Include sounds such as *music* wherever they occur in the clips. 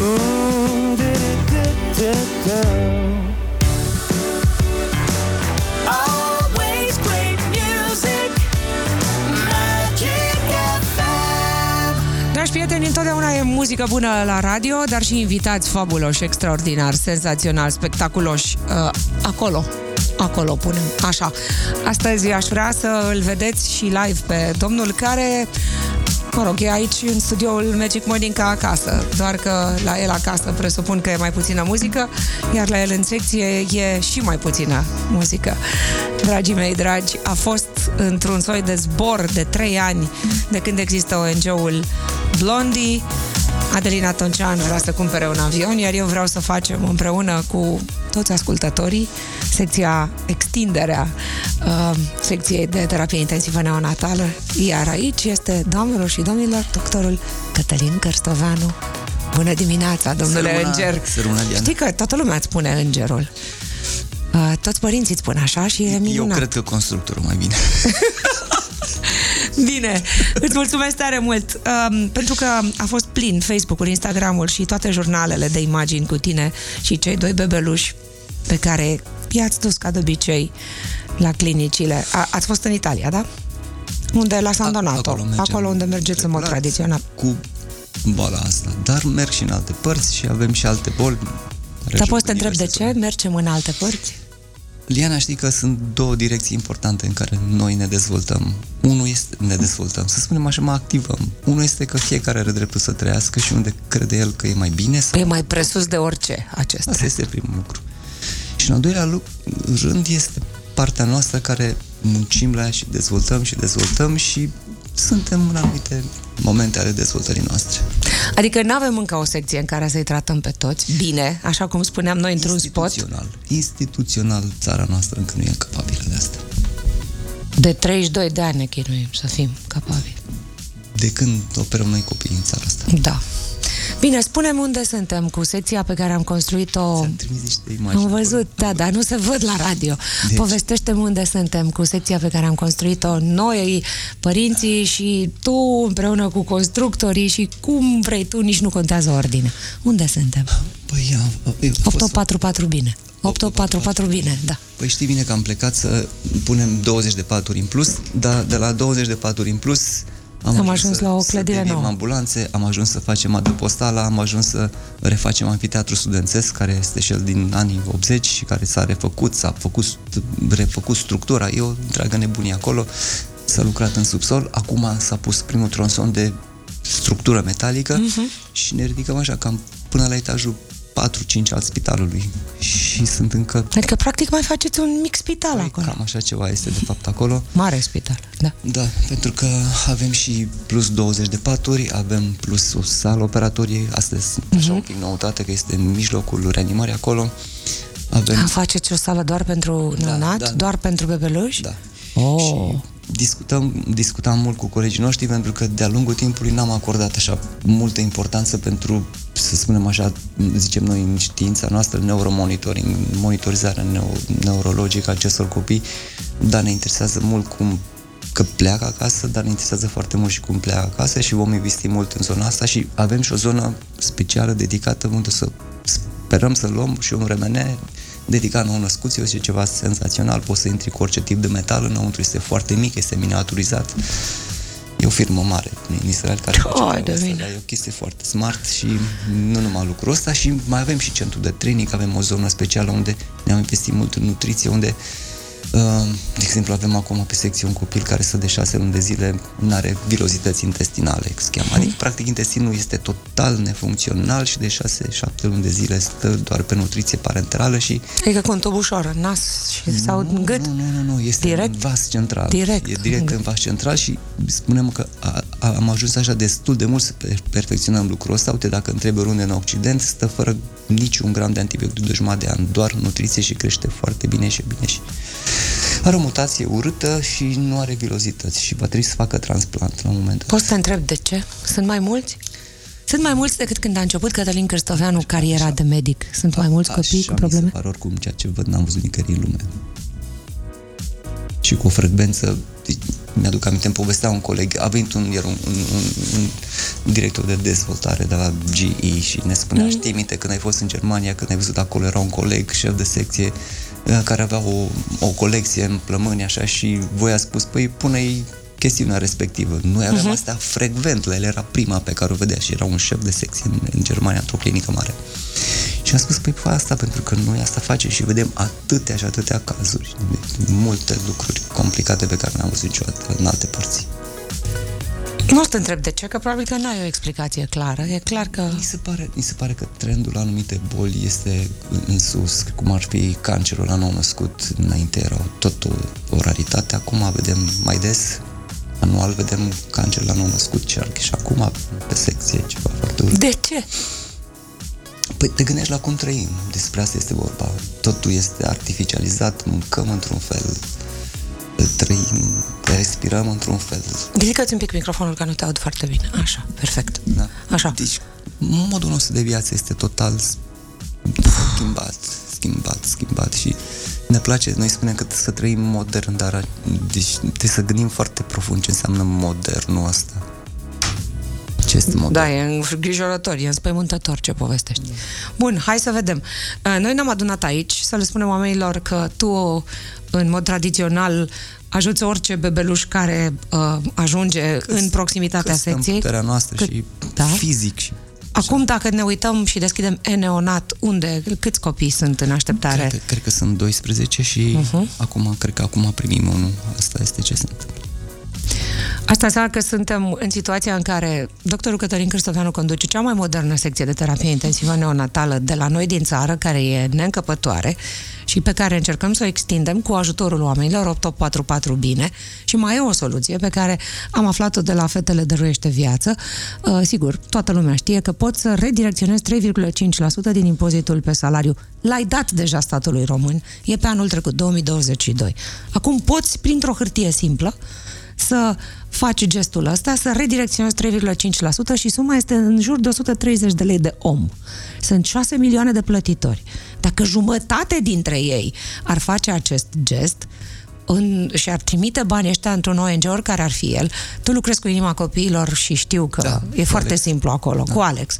Mm, do-do-do-do-do. Always great music. Magic FM. Dragi prieteni, întotdeauna e muzică bună la radio, dar și invitați fabuloși, extraordinari, senzațional, spectaculoși. Uh, acolo, acolo punem. Așa. Astăzi aș vrea să îl vedeți și live pe domnul care Mă rog, e aici în studioul Magic Morning ca acasă, doar că la el acasă presupun că e mai puțină muzică, iar la el în secție e și mai puțină muzică. Dragii mei dragi, a fost într-un soi de zbor de trei ani de când există ONG-ul Blondie. Adelina Toncean vrea să cumpere un avion, iar eu vreau să facem împreună cu toți ascultătorii secția extinderea uh, secției de terapie intensivă neonatală. Iar aici este, doamnelor și domnilor, doctorul Cătălin Cărstoveanu. Bună dimineața, domnule Să rămână- Înger! să rămână, Diana. Știi că toată lumea îți spune Îngerul. Uh, toți părinții îți spun așa și e minunat. Eu cred că constructorul mai bine. Bine, îți mulțumesc tare mult um, Pentru că a fost plin Facebook-ul, Instagram-ul și toate jurnalele de imagini cu tine Și cei doi bebeluși pe care i-ați dus ca de obicei la clinicile a, Ați fost în Italia, da? Unde la San A- Donato, acolo, Exact. mergem acolo unde mergeți în mod regulat tradițional Cu boala asta. Dar merg și în alte părți și avem și alte boli. Dar Rezolv poți să te întreb de diverse ce? Mergem în alte părți? Liana, știi că sunt două direcții importante în care noi ne dezvoltăm. Unul este, ne dezvoltăm, să spunem așa, mă activăm. Unul este că fiecare are dreptul să trăiască și unde crede el că e mai bine sau E Păi mai presus de orice acesta Asta este primul lucru. Și în al doilea lu- rând este partea noastră care muncim la ea și dezvoltăm și dezvoltăm și suntem în anumite momente ale dezvoltării noastre. Adică nu avem încă o secție în care să-i tratăm pe toți Bine, așa cum spuneam noi într-un spot Instituțional. Instituțional țara noastră încă nu e capabilă de asta. De 32 de ani ne chinuim să fim capabili De când operăm noi copiii în țara asta? Da. Bine, spunem unde suntem cu secția pe care am construit-o. Am trimis niște imagini. Am văzut, da, dar nu se văd la radio. Deci- Povestește-mi unde suntem cu secția pe care am construit-o noi, părinții și tu împreună cu constructorii și cum vrei tu, nici nu contează ordine. Unde suntem? Păi, am, eu, a fost- 844 bine. 844 bine, da. Păi știi bine că am plecat să punem 20 de paturi în plus, dar de la 20 de paturi în plus am, ajuns la o clădire să devim nouă. ambulanțe, am ajuns să facem adăpostala, am ajuns să refacem anfiteatru studențesc, care este cel din anii 80 și care s-a refăcut, s-a făcut, refăcut structura, e o întreagă nebunie acolo, s-a lucrat în subsol, acum s-a pus primul tronson de structură metalică Mhm. uh-huh. și ne ridicăm așa cam până la etajul 4-5 al spitalului și sunt încă Adică, practic, mai faceți un mic spital acolo. Cam așa ceva este de fapt acolo. Mare spital, da. Da, pentru că avem și plus 20 de paturi, avem plus o sală operatorie, asta e așa un pic noutate că este în mijlocul reanimării acolo. Avem, A, faceți o sală doar pentru Da, neonat, da. doar pentru bebeluși? da. Oh. Și discutăm, discutam mult cu colegii noștri pentru că de-a lungul timpului n-am acordat așa multă importanță pentru, să spunem așa, zicem noi în știința noastră, neuromonitoring, monitorizarea neo, neurologică a acestor copii, dar ne interesează mult cum că pleacă acasă, dar ne interesează foarte mult și cum pleacă acasă și vom investi mult în zona asta și avem și o zonă specială dedicată unde să sperăm să luăm și un remene dedicat nou născuților și ceva senzațional. Poți să intri cu orice tip de metal înăuntru, este foarte mic, este miniaturizat. E o firmă mare din Israel care face Oh, treaba de asta, bine. dar e o chestie foarte smart și nu numai lucrul ăsta și mai avem și centru de training, avem o zonă specială unde ne-am investit mult în nutriție, unde uh, de exemplu, avem acum pe secție un copil care stă de șase luni de zile, nu are vilozități intestinale, se cheamă. Adică, practic, intestinul este total nefuncțional și de șase, șapte luni de zile stă doar pe nutriție parenterală și Adică cu un tubușor în nas și, sau în gât. nu, nu, nu, nu, este direct? Direct? în vas central. Direct. E direct în vas central și spunem că a, a, am ajuns așa destul de mult să per- perfecționăm lucrul ăsta. Uite, dacă întrebi oriunde în Occident, stă fără niciun gram de antibiotic de jumătate de an, doar nutriție și crește foarte bine și e bine și are o mutație urâtă și nu are vilozități și va trebui să facă transplant la un moment dat. Poți să te întreb de ce? Sunt mai mulți? Sunt mai mulți decât când a început Cătălin Cristoveanu cariera de medic. Sunt mai mulți copii Da, Așa cu probleme? Mi se pare oricum ceea ce văd, n-am văzut nicăieri în lume. Și cu o frecvență deci, mi-aduc aminte, îmi povestea un coleg, a venit un, era un, un, un, un director de dezvoltare de la GE și ne spunea, mm. știi minte, când ai fost în Germania, când ai văzut acolo, era un coleg, șef de secție, uh, care avea o, o colecție în plămâni, așa, și voi a spus, păi pune-i chestiunea respectivă. Mhm. Noi aveam uh-huh. astea frecvent, la el era prima pe care o vedea și era un șef de secție în, în Germania, într-o clinică mare. Și am spus, păi fă asta pentru că noi asta facem și vedem atâtea și atâtea cazuri, deci, multe lucruri complicate pe care le-am văzut niciodată în alte părți. Nu o să te întreb de ce, că probabil că n-ai o explicație clară. E clar că... Mi se, pare, mi se pare că trendul la anumite boli este în- în sus, cum ar fi cancerul la nou născut. Înainte erau tot o, o raritate, acum vedem mai des, anual vedem cancer la nou născut chiar și acum pe secție e ceva foarte urât. De ce? Păi te gândești la cum trăim, despre asta este vorba. Totul este artificializat, mâncăm într-un fel, trăim, respirăm într-un fel. Ridicați un pic microfonul, că nu te aud foarte bine. Așa, perfect. Da. Așa. Deci modul nostru de viață este total schimbat, schimbat, schimbat și ne place, noi spunem că să trăim modern, dar deci, trebuie să gândim foarte profund ce înseamnă modernul ăsta. Ce este modern? Da, e îngrijorător, e înspăimântător ce povestești. Bun, hai să vedem. Uh, Noi ne-am adunat aici să le spunem oamenilor că tu, în mod tradițional, ajuți orice bebeluș care uh, ajunge în proximitatea Că stăm secției. puterea noastră Cât- și da? fizic și Acum, dacă ne uităm și deschidem e-neonat, unde, câți copii sunt în așteptare? Cred că, cred că sunt 12 și Mhm. uh-huh. acum, cred că acum primim unul. Asta este ce se întâmplă. Asta înseamnă că suntem în situația în care doctorul Cătălin Cristofianu conduce cea mai modernă secție de terapie intensivă neonatală de la noi din țară, care e neîncăpătoare și pe care încercăm să o extindem cu ajutorul oamenilor 844 bine și mai e o soluție pe care am aflat-o de la Fetele Dăruiește Viață. Uh, Sigur, toată lumea știe că poți să redirecționezi 3,5% din impozitul pe salariu. L-ai dat deja statului român, e pe anul trecut, 2022. Acum poți, printr-o hârtie simplă, să faci gestul ăsta, să redirecționezi 3,5% și suma este în jur de 130 de lei de om. Sunt 6 milioane de plătitori. Dacă jumătate dintre ei ar face acest gest în, și ar trimite banii ăștia într-un ONG, oricare ar fi el, tu lucrezi cu inima copiilor și știu că Da, da, e cu foarte Alex. simplu acolo, da. cu Alex.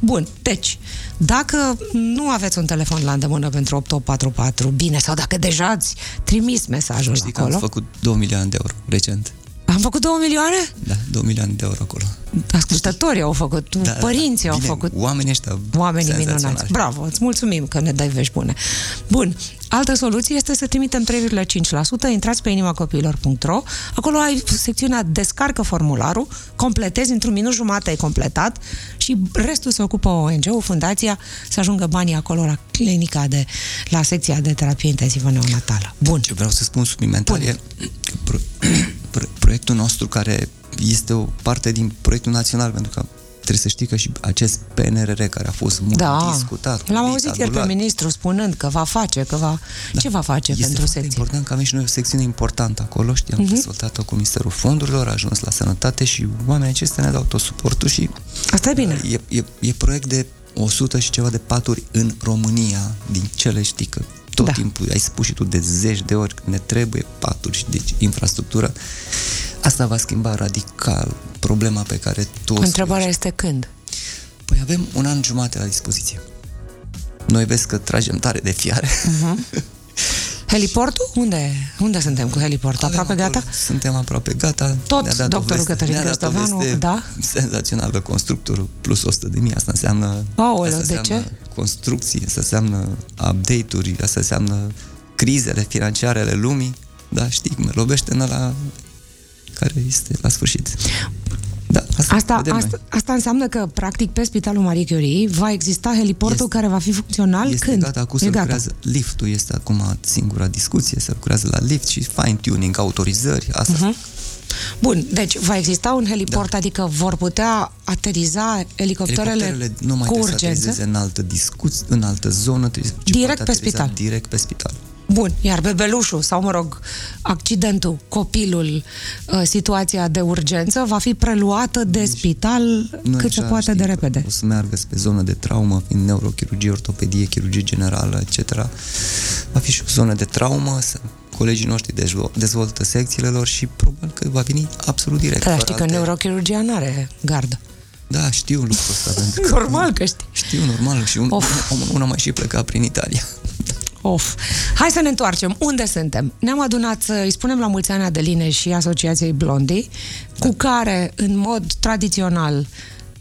Bun, deci, dacă nu aveți un telefon la îndemână pentru 8844, bine, sau dacă deja ați trimis mesajul Știi că acolo, am făcut 2 milioane de euro recent. am făcut 2 milioane? Da, 2 milioane de euro acolo. Ascultătorii au făcut, Da, da, părinții da, au Bine, făcut, Oamenii ăștia oamenii senzaționali. minunați. Bravo, îți mulțumim că ne dai vești bune. Bun, altă soluție este să trimitem 3,5%, intrați pe inimacopilor.ro, acolo ai secțiunea Descarcă formularul, completezi, într-un minut jumate ai completat și restul se ocupă ONG-ul, fundația, să ajungă banii acolo la clinica de, la secția de terapie intensivă neonatală. Bun. Ce vreau să spun suplimentar e că pro- *clears throat* pro- proiectul nostru care este o parte din proiectul național, pentru că trebuie să știi că și acest PNRR care a fost mult Da, discutat. l-am gândit, auzit ieri pe adulat, ministru spunând că va face, că va... Da. Ce va face este pentru foarte secție? Mhm. important că avem și noi o secțiune importantă acolo, știi, am uh-huh. dezvoltat-o cu Ministerul Fondurilor, a ajuns la sănătate și oamenii aceștia ne dau tot suportul și uh, Asta e bine. e, e, e proiect de 100 și ceva de paturi în România, din cele știi că tot Da. da. timpul ai spus și tu de zeci de ori că ne trebuie paturi și deci infrastructură. Asta va schimba radical problema pe care tu o Întrebarea spui. este când? Păi avem un an jumate la dispoziție. Noi vezi că tragem tare de fiare. Heliportul? Unde, unde suntem cu heliportul? Avem Aproape acolo, gata? Suntem aproape gata. Tot Ne-a dat o doctorul veste- Cătălin ne-a dat o Cristoveanu, veste da? Senzațională constructorul plus 100 de mii. Asta înseamnă... Aoleu, asta de înseamnă Construcții, asta înseamnă update-uri, asta înseamnă crizele financiare ale lumii. Da, știi cum lovește în la care este la sfârșit. Da, asta, Asta, vedem noi. asta, asta înseamnă că, practic, pe Spitalul Marie Curie va exista heliportul Este- care va fi funcțional este când? gata, acum se e gata. lucrează liftul, este acum singura discuție, se lucrează la lift și fine-tuning, autorizări, asta Mhm. uh-huh. Bun, deci va exista un heliport, da. adică vor putea ateriza elicopterele, Elicopterele nu mai cu trebuie să urgență. aterizeze în altă discuție, în altă zonă. Trebuie să- ci Direct poate pe ateriza spital. Direct pe spital. Bun, iar bebelușul sau, mă rog, accidentul, copilul, uh, situația de urgență va fi preluată de spital Noi cât se Deci, așa poate știm de că repede. O să meargă spre zonă de traumă, fiind neurochirurgie, ortopedie, chirurgie generală, etc. Va fi și o zonă de traumă, să- colegii noștri dezvo- dezvoltă secțiile lor și probabil că va veni absolut direct. Dar fără Da, știi că alte- neurochirurgia n-are gardă. Da, știu lucrul ăsta. *laughs* pentru că- Normal că știi. Știu, normal. Și un, Of. un, una mai și pleca prin Italia. Of. Hai să ne întoarcem. Unde suntem? Ne-am adunat, să- îi spunem la mulți ani Adeline și Asociației Blondii, Da. cu care, în mod tradițional,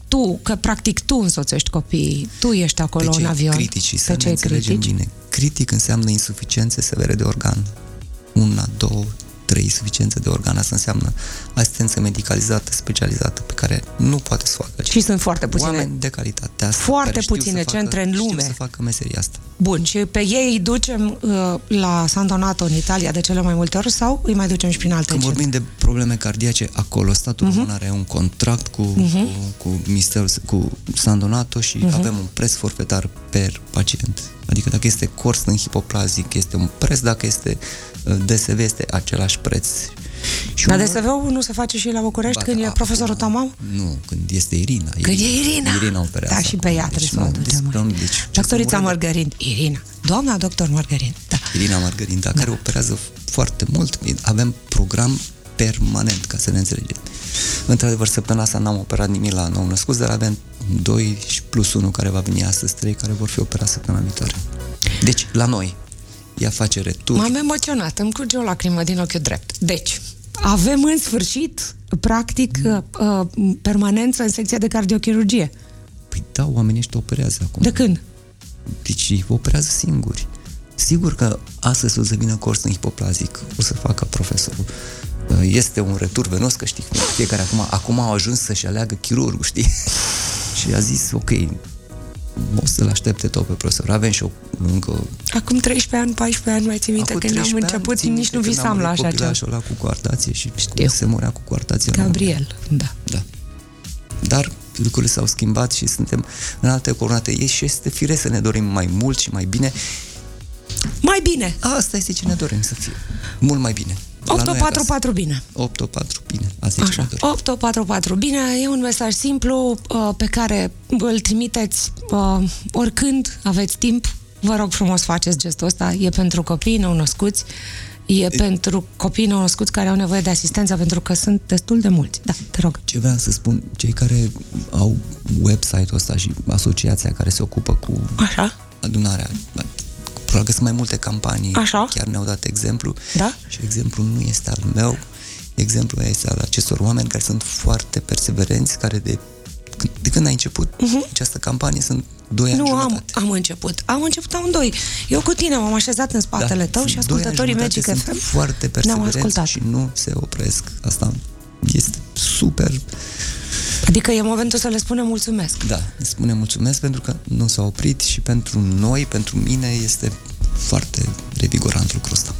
tu, că practic tu însoțești copiii, tu ești acolo pe cei în avion. critici, să pe ne cei înțelegem critici. bine. Critic înseamnă insuficiențe severe de organ. Una, două, trei insuficiențe de organ. Asta înseamnă asistență medicalizată, specializată, pe care nu poate să o facă. Și sunt foarte puține. Oameni de calitate. Asta, Foarte care știu puține să facă, centre în lume. Știu să facă meseria asta. Bun, și pe ei îi ducem uh, la San Donato în Italia de cele mai multe ori sau îi mai ducem și prin alte Când centre? vorbim de probleme cardiace, acolo statul uh-huh. Mhm. român are un contract cu, uh-huh. cu, cu, ministerul, cu San Donato și Mhm. uh-huh. avem un preț forfetar per pacient. Adică dacă este cors în hipoplazic, este un preț, dacă este uh, DSV, este același preț. Și Dar uneori- DSV-ul nu se face și la București Ba când da, e profesorul acum- Tamam? Nu, când este Irina. Când e Irina. Irina operează. Da, și pe acum, ea trebuie să o nu, aducem. despre- aici. deci, ce Doctorița să mă Margarin. Irina. Doamna doctor Margarin. Da. Irina Margarinta, da. care operează foarte mult. Avem program permanent, ca să ne înțelegem. Într-adevăr, săptămâna asta n-am operat nimic la nou născut, dar avem 2 și plus 1 care va veni astăzi, 3 care vor fi operați săptămâna viitoare. Deci, la noi, ea face retur. M-am emoționat, îmi curge o lacrimă din ochiul drept. Deci, avem în sfârșit, practic, uh, uh, permanență în secția de cardiochirurgie. Păi da, oamenii ăștia operează acum. De când? Deci ei operează singuri. Sigur că astăzi o să vină cors în hipoplazic, o să facă profesorul. Uh, Este un retur venos, că știi, cum e, fiecare acum, acum au ajuns să-și aleagă chirurgul, știi? *laughs* și a zis, ok, o să-l aștepte tot pe profesor. Avem și o, încă Acum 13 ani, 14 ani, mai ții minte, Acum când am 13 ani, început, țin nici minte nu când am visam la murit așa ceva. Copilașul ăla cu coardație și Știu. se murea cu coardație. la un moment dat. Gabriel, da. Da. Dar lucrurile s-au schimbat și suntem în alte coronate. E și este firesc să ne dorim mai mult și mai bine. Mai bine! Asta este ce ne dorim să fie. Mult mai bine. La noi acasă. 8-4-4 bine. 8-4, bine. Asta e ce ne Așa, dorim. 844. Bine, e un mesaj simplu uh, pe care îl trimiteți uh, oricând aveți timp. Vă rog frumos faceți gestul ăsta. E pentru copii nou-născuți. E, pentru copii nou-născuți care au nevoie de asistență, pentru că sunt destul de mulți. Da, te rog. Ce vreau să spun, cei care au website-ul ăsta și asociația care se ocupă cu Așa. adunarea, probabil că sunt mai multe campanii, Așa. chiar ne-au dat exemplu Da. și exemplul nu este al meu, exemplul este al acestor oameni care sunt foarte perseverenți, care de, de când a început uh-huh. această campanie sunt 2 ani Mhm. Nu, am, jumătate. am început. Am început amândoi. Eu cu tine m-am așezat în spatele tău și Da. sunt doi ani ascultătorii jumătate, Magic FM Sunt foarte ne-au perseverenți ascultat. și nu se opresc. Asta este super. Adică e momentul să le spunem mulțumesc. Da, îi spune mulțumesc pentru că nu s-a oprit și pentru noi, pentru mine, este foarte revigorant lucrul ăsta.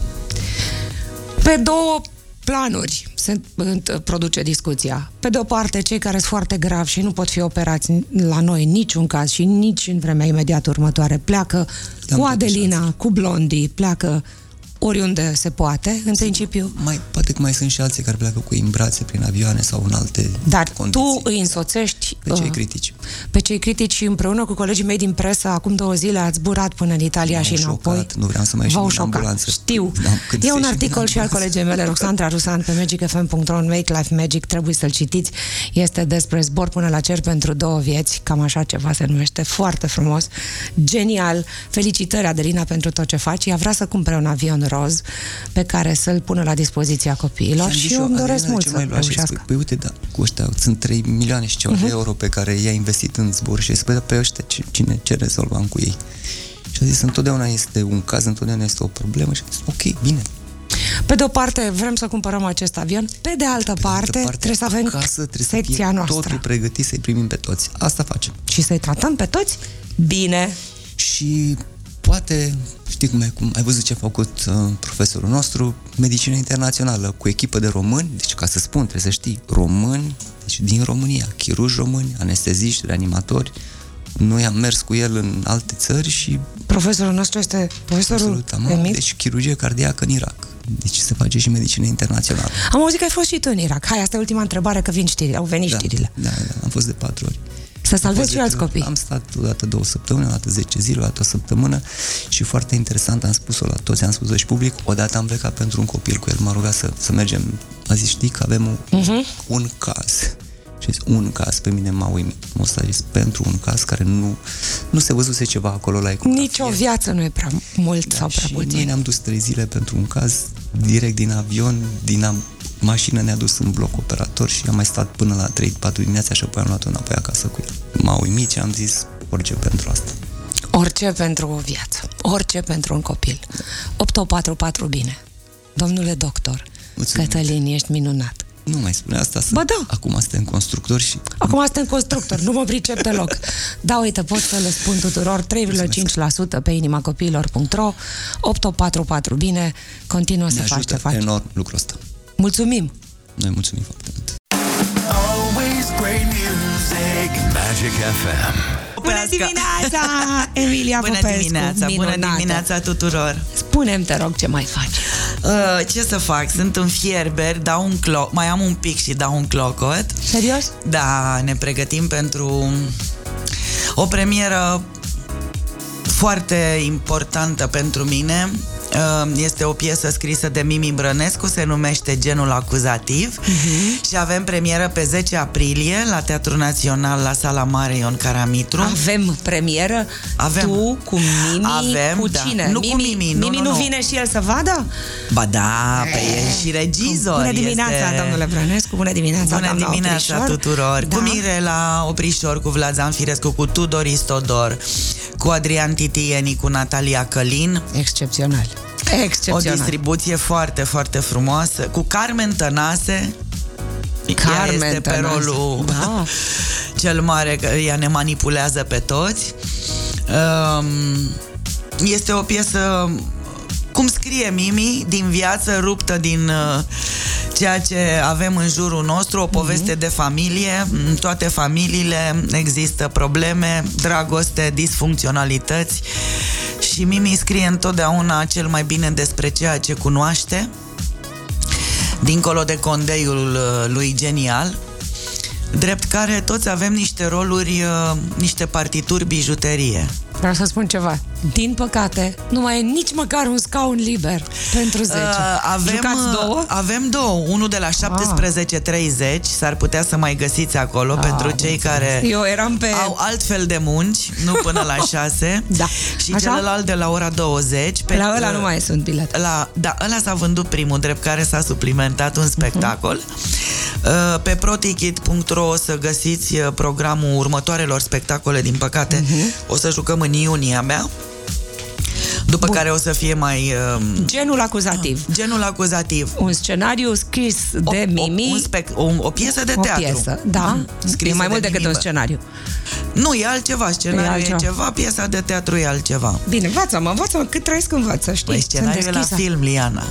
Pe două planuri se înt- produce discuția. Pe de o parte, cei care sunt foarte gravi și nu pot fi operați la noi în niciun caz și nici în vremea imediat următoare pleacă Le-am cu dat Adelina, cu Blondie, pleacă oriunde se poate, în principiu. Mai, poate că mai sunt și alții care pleacă cu ei în brațe prin avioane sau în alte Dar condiții. tu îi însoțești Pe cei uh, critici. pe cei critici și împreună cu colegii mei din presă, acum două zile ați burat până în Italia M-au și înapoi. șocat, nu vreau să mai ieșim V-au din șocat. ambulanță. Știu. Da, când e să un ieșim din articol și al ambulanță. colegei mele, Roxandra Rusan, pe magicfm.ro în Make Life Magic, trebuie să-l citiți. Este despre zbor până la cer pentru două vieți, cam așa ceva se numește, foarte frumos, genial. Felicitări, Adelina, pentru tot ce faci. Ea vrea să cumpere un avion roz pe care să-l pună la dispoziția copiilor Și-am și, zis eu îmi Adriana, doresc de ce mult mai să luați? Și zic, reușească. Păi uite, da, cu ăștia sunt 3 milioane și ceva uh-huh. Mhm. de euro pe care i-a investit în zbor și zic, păi, da, pe ăștia ci- cine, ce rezolvam cu ei? Și a zis, întotdeauna este un caz, întotdeauna este o problemă și a zis, ok, bine. Pe de o parte vrem să cumpărăm acest avion, pe de altă, De parte, altă trebuie să avem acasă, trebuie să secția fie noastră. totul pregătit să-i primim pe toți. Asta facem. și să-i tratăm pe toți bine. și poate, știi cum, e, cum ai văzut ce a făcut uh, profesorul nostru, medicină internațională, cu echipă de români, deci ca să spun, trebuie să știi, români, deci din România, chirurgi români, anesteziști, reanimatori, noi am mers cu el în alte țări și Profesorul nostru este profesorul absolut am Emil. deci chirurgie cardiacă în Irak. Deci se face și medicină internațională. Am auzit că ai fost și tu în Irak. Hai, asta e ultima întrebare, că vin știrile. Au venit știrile. Da, da, am da, fost de patru ori. Să salvezi și Văd de alți când- copii. Am stat o dată două săptămâni, o dată 10 zile, o dată o săptămână și foarte interesant, am spus-o la toți, am spus-o și public, odată am plecat pentru un copil cu el, m-a rugat să, să mergem. A zis, știi că avem un, Mhm. uh-huh. un caz. Și a zis, un caz, pe mine m-a uimit. Mă a zis, pentru un caz care nu, nu se văzuse ceva acolo la ecografie. Nici o viață nu e prea mult sau prea Da, și noi puțin. ne-am dus trei zile pentru un caz, direct din avion, din am, mașină ne-a dus în bloc operator și am mai stat până la 3-4 dimineața și apoi am luat-o înapoi acasă cu el. M-a uimit și am zis orice pentru asta. Orice pentru o viață, orice pentru un copil. 844 bine. Domnule doctor, Mulțumim. Cătălin, ești minunat. Nu mai spune asta, sunt, Ba da. acum suntem constructori și Acum suntem constructor, nu mă pricep deloc. Da, uite, pot să le spun tuturor 3,5% pe inima copiilor.ro 844 bine, continuă să ne faci ce ajută faci. enorm lucrul ăsta. Mulțumim! Noi mulțumim foarte mult. Always great music. Magic FM. Bună dimineața, *laughs* Emilia Bună Popescu. dimineața, bună Minunată. dimineața tuturor Spune-mi, te rog, ce mai faci. uh, Ce să fac? Sunt în fierber, dau un clo- mai am un pic și dau un clocot Serios? Da, ne pregătim pentru o premieră foarte importantă pentru mine. Uh, Este o piesă scrisă de Mimi Brănescu, se numește Genul Acuzativ Mhm. uh-huh. și avem premieră pe 10 aprilie la Teatrul Național, la Sala Mare Ion Caramitru. Avem premieră? Da. Avem. Tu, cu Mimi, Avem, cu da. cine? Nu cu Mimi, nu, Mimi nu, nu, nu. vine și el să vadă? Ba da, pe el și regizor. Bună dimineața, este... domnule Brănescu, bună dimineața, Bună doamna dimineața Oprișor. tuturor! Da. Da. Cu Mirela Oprișor, cu Vlad Zanfirescu, cu Tudor Istodor, cu Adrian Titieni, cu Natalia Călin. Excepțional. O Excepțional. distribuție foarte, foarte frumoasă. Cu Carmen Tănase. Carmen ea este pe Tănase, *laughs* rolul da. cel mare, că ea ne manipulează pe toți. Um, Este o piesă, cum scrie Mimi, din viață, ruptă din uh, ceea ce avem în jurul nostru, o poveste de familie. În toate familiile există probleme, dragoste, disfuncționalități și Mimi scrie întotdeauna cel mai bine despre ceea ce cunoaște, dincolo de condeiul uh, lui genial. Drept care toți avem niște roluri, uh, niște partituri bijuterie. Vreau să spun ceva. Din păcate, nu mai e nici măcar un scaun liber pentru 10. Uh, avem, Jucați uh, două? Ah. Avem două. Unul de la 17.30, s-ar putea să mai găsiți acolo Ah, pentru am cei înțeles. care Eu eram pe... au altfel de munci, nu până *laughs* la 6. Da. Și Așa? celălalt de la ora 20. Pe, La ăla nu mai sunt bilete. la, da, ăla s-a vândut primul, drept care s-a suplimentat un spectacol. Mhm. Uh, Pe protichit.ro o să găsiți uh, programul următoarelor spectacole, din păcate Mhm. o să jucăm în iunie abia, după care o să fie mai um, Genul acuzativ. genul acuzativ. Un scenariu scris de Ah. o, Mimi, O, un spec, o, o piesă de o teatru. Mhm. Ah, piesă. Da, e Scrisă mai de mult decât Mimi un Bă- scenariu. Nu, e altceva, scenariul E e, altceva. altceva. piesa de teatru e altceva. Bine, învață-mă, învață-mă, cât trăiesc învață, știi? Păi Sunt scenariul e la deschisă. Ah, film, Liana.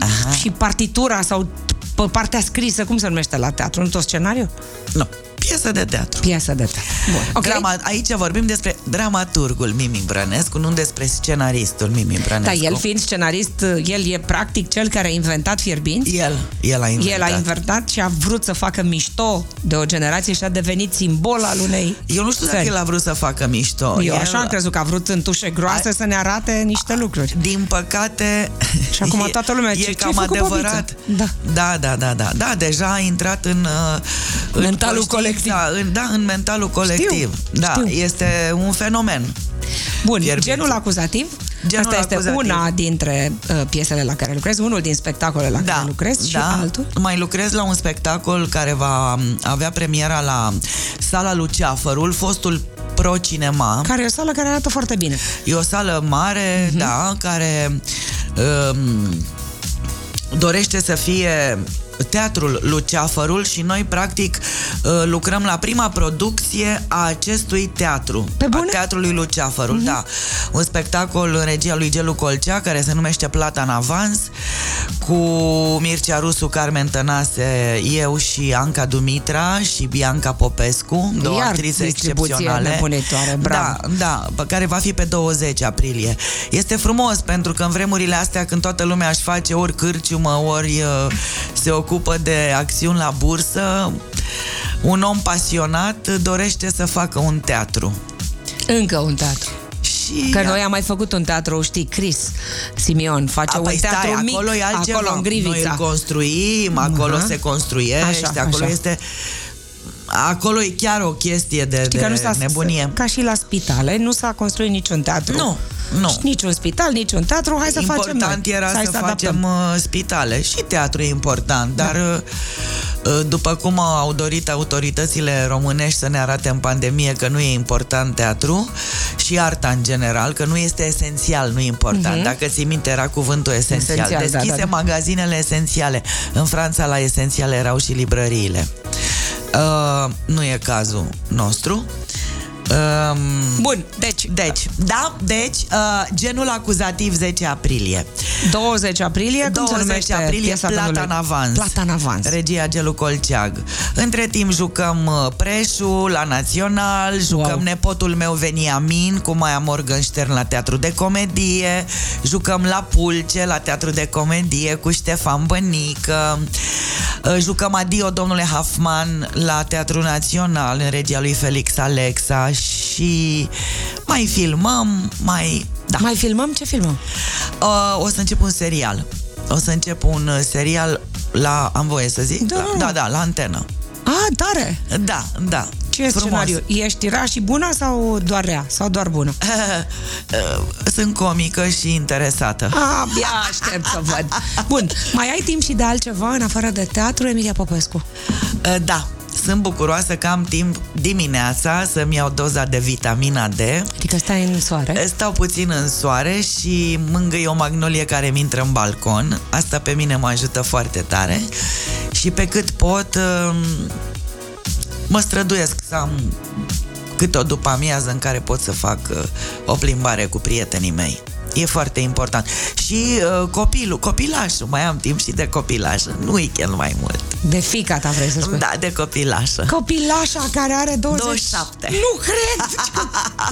Aha. Și partitura sau p- partea scrisă, cum se numește la teatru? Nu tot scenariu? Nu, piesă de teatru. Piesă de teatru. Bun. Okay. Drama, aici vorbim despre dramaturgul Mimi Brănescu, nu despre scenaristul Mimi Dar Brănescu. Da, el fiind scenarist, el e practic cel care a inventat fierbinți. El, el a inventat. El a inventat și a vrut să facă mișto de o generație și a devenit simbol al unei Eu nu știu dacă țări. el a vrut să facă mișto. Eu el, așa am crezut că a vrut în tușe groase să ne arate niște lucruri. Din păcate... Și acum *laughs* e- toată lumea, E ce- cam ce-ai făcut, adevărat. Bobiță? da, da, da, da. Da, deja a intrat în... uh, în Mentalul conștiința- colectiv. În, da, în mentalul colectiv. da, știu. este un fenomen. Bun, Fierbinți. genul acuzativ. Genul Asta este acuzativ. una dintre uh, piesele la care lucrez, unul din spectacolele Da, la care lucrez și altul. Mai lucrez la un spectacol care va avea premiera la Sala Luceafărul, fostul Pro Cinema. Care e o sală care arată foarte bine. E o sală mare, Mhm. uh-huh. da, care um, dorește să fie teatrul Luceafărul și noi practic uh, lucrăm la prima producție a acestui teatru. Pe bune? Mhm. A teatrului Luceafărul, uh-huh. da. Un spectacol în regia lui Gelu Colcea care se numește Plata în avans cu Mircea Rusu, Carmen Tănase, eu și Anca Dumitra și Bianca Popescu, două Iar actrize distribuție excepționale. nebunitoare, bravo. Da, da, pe care va fi pe 20 aprilie. Este frumos pentru că în vremurile astea când toată lumea își face ori cârciumă, ori uh, se ocupă de acțiuni la bursă, un om pasionat dorește să facă un teatru. Încă un teatru. Și Că noi am mai făcut un teatru, știi, Chris Simion face A, un păi teatru stai, mic acolo e altceva. acolo în Noi îl Grivița. construim, acolo Mhm. se construiește, Așa, așa, acolo așa. este... Acolo e chiar o chestie de, Știi de că nu s-a, nebunie. Ca și la spitale, nu s-a construit niciun teatru. Nu, nu. Și niciun spital, niciun teatru, hai să important facem noi. era Hai să, adaptăm. Da. facem uh, spitale și teatru e important, dar uh, după cum au dorit autoritățile românești să ne arate în pandemie că nu e important teatru și arta în general, că nu este esențial, nu e important. Dacă ți minte era cuvântul esențial. Mhm. Esențial, esențial da, Deschise da, da. magazinele esențiale. În Franța la esențiale erau și librăriile. Uh, nu e cazul nostru. Um, Bun, deci deci, da, deci, uh, genul acuzativ 10 aprilie. 20 aprilie, cum 20 se numește aprilie, piesa Plata domnului? în avans. Plata în avans. Regia Gelu Colceag. Între timp jucăm uh, Preșul la Național, jucăm Wow. Nepotul meu veni Amin cu Maia Morgenstern la Teatru de Comedie, jucăm La Pulce la Teatru de Comedie cu Ștefan Bănică, uh, jucăm Adio Domnule Hafman la Teatru Național în regia lui Felix Alexa și mai filmăm, mai... Da. Mai filmăm? Ce filmăm? Uh, o să încep un serial. O să încep un uh, serial la... Am voie să zic? Da. La, da, da, la antenă. A, tare! Da, da. Ce *laughs* scenariu? Ești rea și bună sau doar rea? Sau doar bună? Uh, Sunt comică și interesată. Ah. Abia aștept să văd. Bun, mai ai timp și de altceva în afară de teatru, Emilia Popescu? Uh, Da, sunt bucuroasă că am timp dimineața să-mi iau doza de vitamina D. Adică stai în soare. Stau puțin în soare și mângâi o magnolie care mi intră în balcon. Asta pe mine mă ajută foarte tare. Și pe cât pot, um, mă străduiesc să am câte o după amiază în care pot să fac uh, o plimbare cu prietenii mei. E foarte important. Și uh, copilul, copilașul, mai am timp și de copilaș. Nu weekend mai mult. De fica ta vrei să spui. Da, de copilașă. Copilașa care are 20... 27. Nu cred!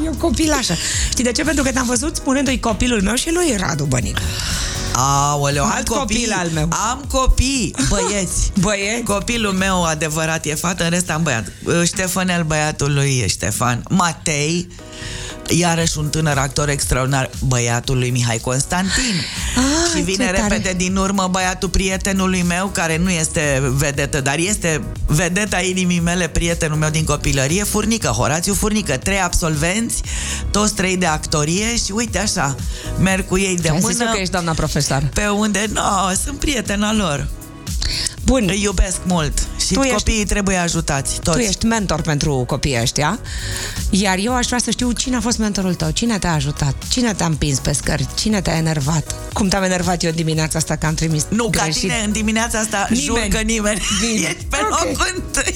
Eu copilașă. Știi de ce? Pentru că te-am văzut spunându-i copilul meu și lui Radu Bănică. Aoleu, am Alt copii, copil al meu. Am copii, *laughs* băieți. Băie? Copilul meu adevărat e fată, în rest am băiat. Ștefanel, băiatul lui Ștefan. Matei, iarăși un tânăr actor extraordinar, băiatul lui Mihai Constantin. Ah, și ce vine tare. repede din urmă băiatul prietenului meu, care nu este vedetă, dar este vedeta inimii mele, prietenul meu din copilărie, Furnică, Horațiu Furnică. Trei absolvenți, toți trei de actorie și uite așa, merg cu ei de Ai zis mână. că ești doamna profesor. Pe unde? No, sunt prietena lor. Bun, Îi iubesc mult și Da. Tu tu ești- copiii trebuie ajutați, toți. tu ești mentor pentru copiii ăștia, iar eu aș vrea să știu cine a fost mentorul tău, cine te-a ajutat, cine te-a împins pe scări, cine te-a enervat, cum te-am enervat eu dimineața asta că am trimis Nu, ca greșit. tine în dimineața asta Nimeni. jur că nimeni Bine. *laughs* Ești pe Ok. locul întâi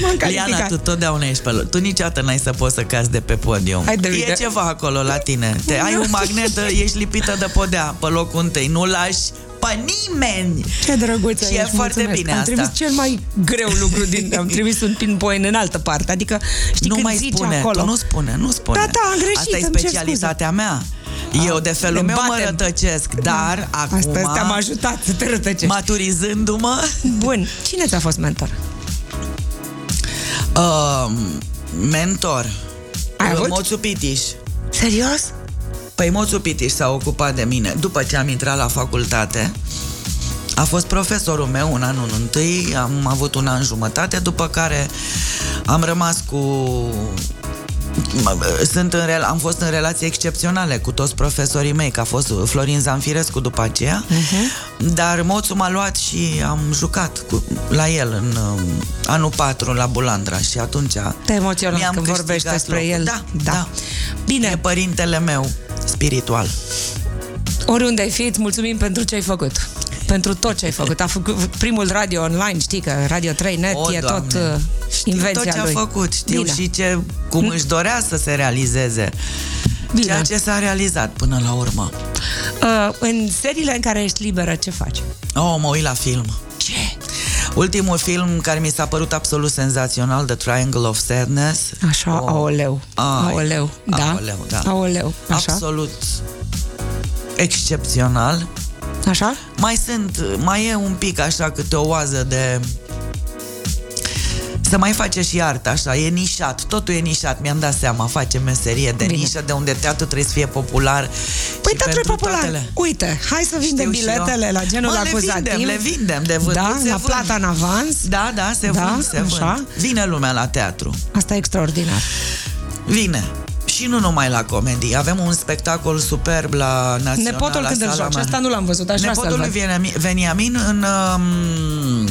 m-am calificat. Liana, tu totdeauna ești pe loc Tu niciodată n-ai să poți să cazi de pe podium Hai de E mine. ceva acolo la tine Te Ai un *laughs* magnet, ești lipită de podea Pe locul întâi, nu lași pe nimeni Ce drăguț Și e ești, foarte mulțumesc. bine am asta. trimis cel mai greu lucru din... Am trimis un pinpoint în altă parte. Adică, știi, nu când mai zici spune, acolo... tu nu spune, nu spune. Da, da, am greșit, Asta e îmi cer Ah, specialitatea mea. Eu de felul ne meu mă batem. Da. rătăcesc, dar acum Astăzi te-am ajutat să te rătăcești. maturizându-mă, Bun, cine ți-a fost mentor? uh, mentor. Ai avut? Moțu Pitiș. Serios? Păi Moțu Pitiș s-a ocupat de mine după ce am intrat la facultate. A fost profesorul meu un an în întâi, am avut un an jumătate, după care am rămas cu... Sunt în rel- am fost în relații excepționale cu toți profesorii mei, că a fost Florin Zanfirescu după aceea, uh-huh. Mhm. dar Moțu m-a luat și am jucat cu, la el în um, anul 4 la Bulandra și atunci Te emoționat Mi-am când vorbești câștigat despre locul. el. Da, da. e Bine, părintele meu spiritual. oriunde ai fi, îți mulțumim pentru ce ai făcut. Pentru tot *laughs* ce ai făcut. A făcut primul radio online, știi că Radio 3 Net O, e Doamne. tot uh, Știu invenția tot ce lui. a făcut, știu Bine. și ce, cum își dorea să se realizeze. Bine. Ceea ce s-a realizat până la urmă. Uh, în seriile în care ești liberă, ce faci? Oh, mă uit la film. Ce? Ultimul film care mi s-a părut absolut senzațional, The Triangle of Sadness. Așa, oh. aoleu. Ai, aoleu, da. Aoleu, da. Aoleu, așa. Absolut excepțional. Așa? Mai sunt, mai e un pic așa câte o oază de să mai face și artă, așa, e nișat, totul e nișat, mi-am dat seama, face meserie de Bine. nișă, de unde teatru trebuie să fie popular. Păi și teatru e pentru popular. toatele. Uite, hai să vindem Știu și biletele eu. la genul Mă, le acuzativ. vindem, le vindem de vândut, Da, se la vând. plata în avans. Da, da, se Da, vând, se așa. vând. Vine lumea la teatru. Asta e extraordinar. Vine. Și nu numai la comedii. Avem un spectacol superb la Naționala Nepotul când îl Sala joace, Mare. asta nu l-am văzut, aș vrea să-l Nepotul lui văd. Veniamin, Veniamin în, um,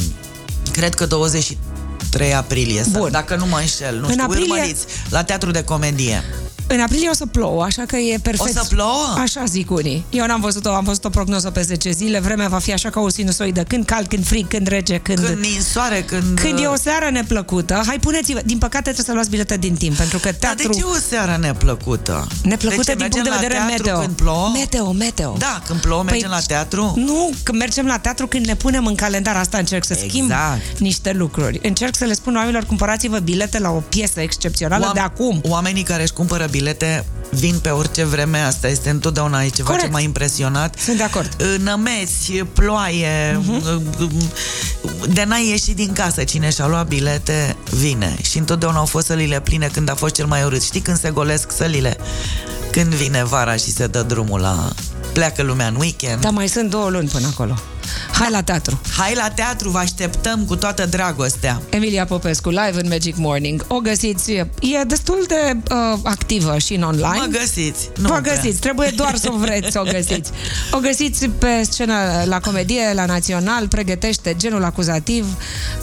cred că 23 aprilie, sau, Bun. dacă nu mă înșel, nu În știu, aprilie- urmăriți, la Teatru de Comedie. În aprilie o să plouă, așa că e perfect. O să plouă? Așa zic unii. Eu n-am văzut-o, am văzut o prognoză pe 10 zile. Vremea va fi așa ca o sinusoidă. Când cald, când frig, când rece, când... Când uh, ninsoare, când... Când e o seară neplăcută, hai puneți-vă... Din păcate trebuie să luați bilete din timp, pentru că Dar teatru... de ce o seară neplăcută? Neplăcută ce, din mergem punct de la vedere teatru meteo. Când plouă? Meteo, Păi meteo. Da, când plouă mergem la teatru? Nu, când mergem la teatru, când ne punem în calendar, asta încerc să Exact. schimb niște lucruri. Încerc să le spun oamenilor, cumpărați-vă bilete la o piesă excepțională de acum. Oamenii care își cumpără bilete vin pe orice vreme, asta este întotdeauna e ceva Corect. ce m-a impresionat. Sunt de acord. Nămeți, ploaie, de n-ai ieșit din casă. Cine și-a luat bilete, vine. Și întotdeauna au fost sălile pline când a fost cel mai urât. Știi când se golesc sălile? Când vine vara și se dă drumul la... Pleacă lumea în weekend. Dar mai sunt două luni până acolo. Hai la teatru. Hai la teatru, vă așteptăm cu toată dragostea. Emilia Popescu, live în Magic Morning. O găsiți, e destul de uh, activă și în online. Mă găsiți. Nu Nu Vă prea. găsiți, trebuie doar să vreți să o găsiți. O găsiți pe scenă la comedie, la Național, pregătește genul acuzativ,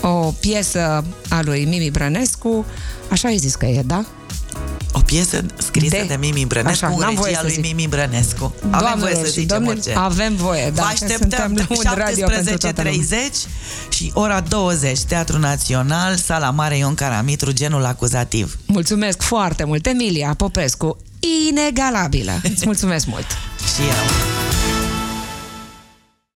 o piesă a lui Mimi Brănescu, așa ai zis că e, da? O piesă scrisă De. de, de Mimi Brănescu, Așa, cu n-am voie regia să lui zic. Mimi Brănescu. Avem voie să zicem orice. avem voie, Vă da, că suntem așteptăm la un radio pentru toată lumea. 17.30 și ora 20, Teatru Național, Sala Mare Ion Caramitru, genul acuzativ. Mulțumesc foarte mult, Emilia Popescu, inegalabilă. Îți mulțumesc mult! Și eu.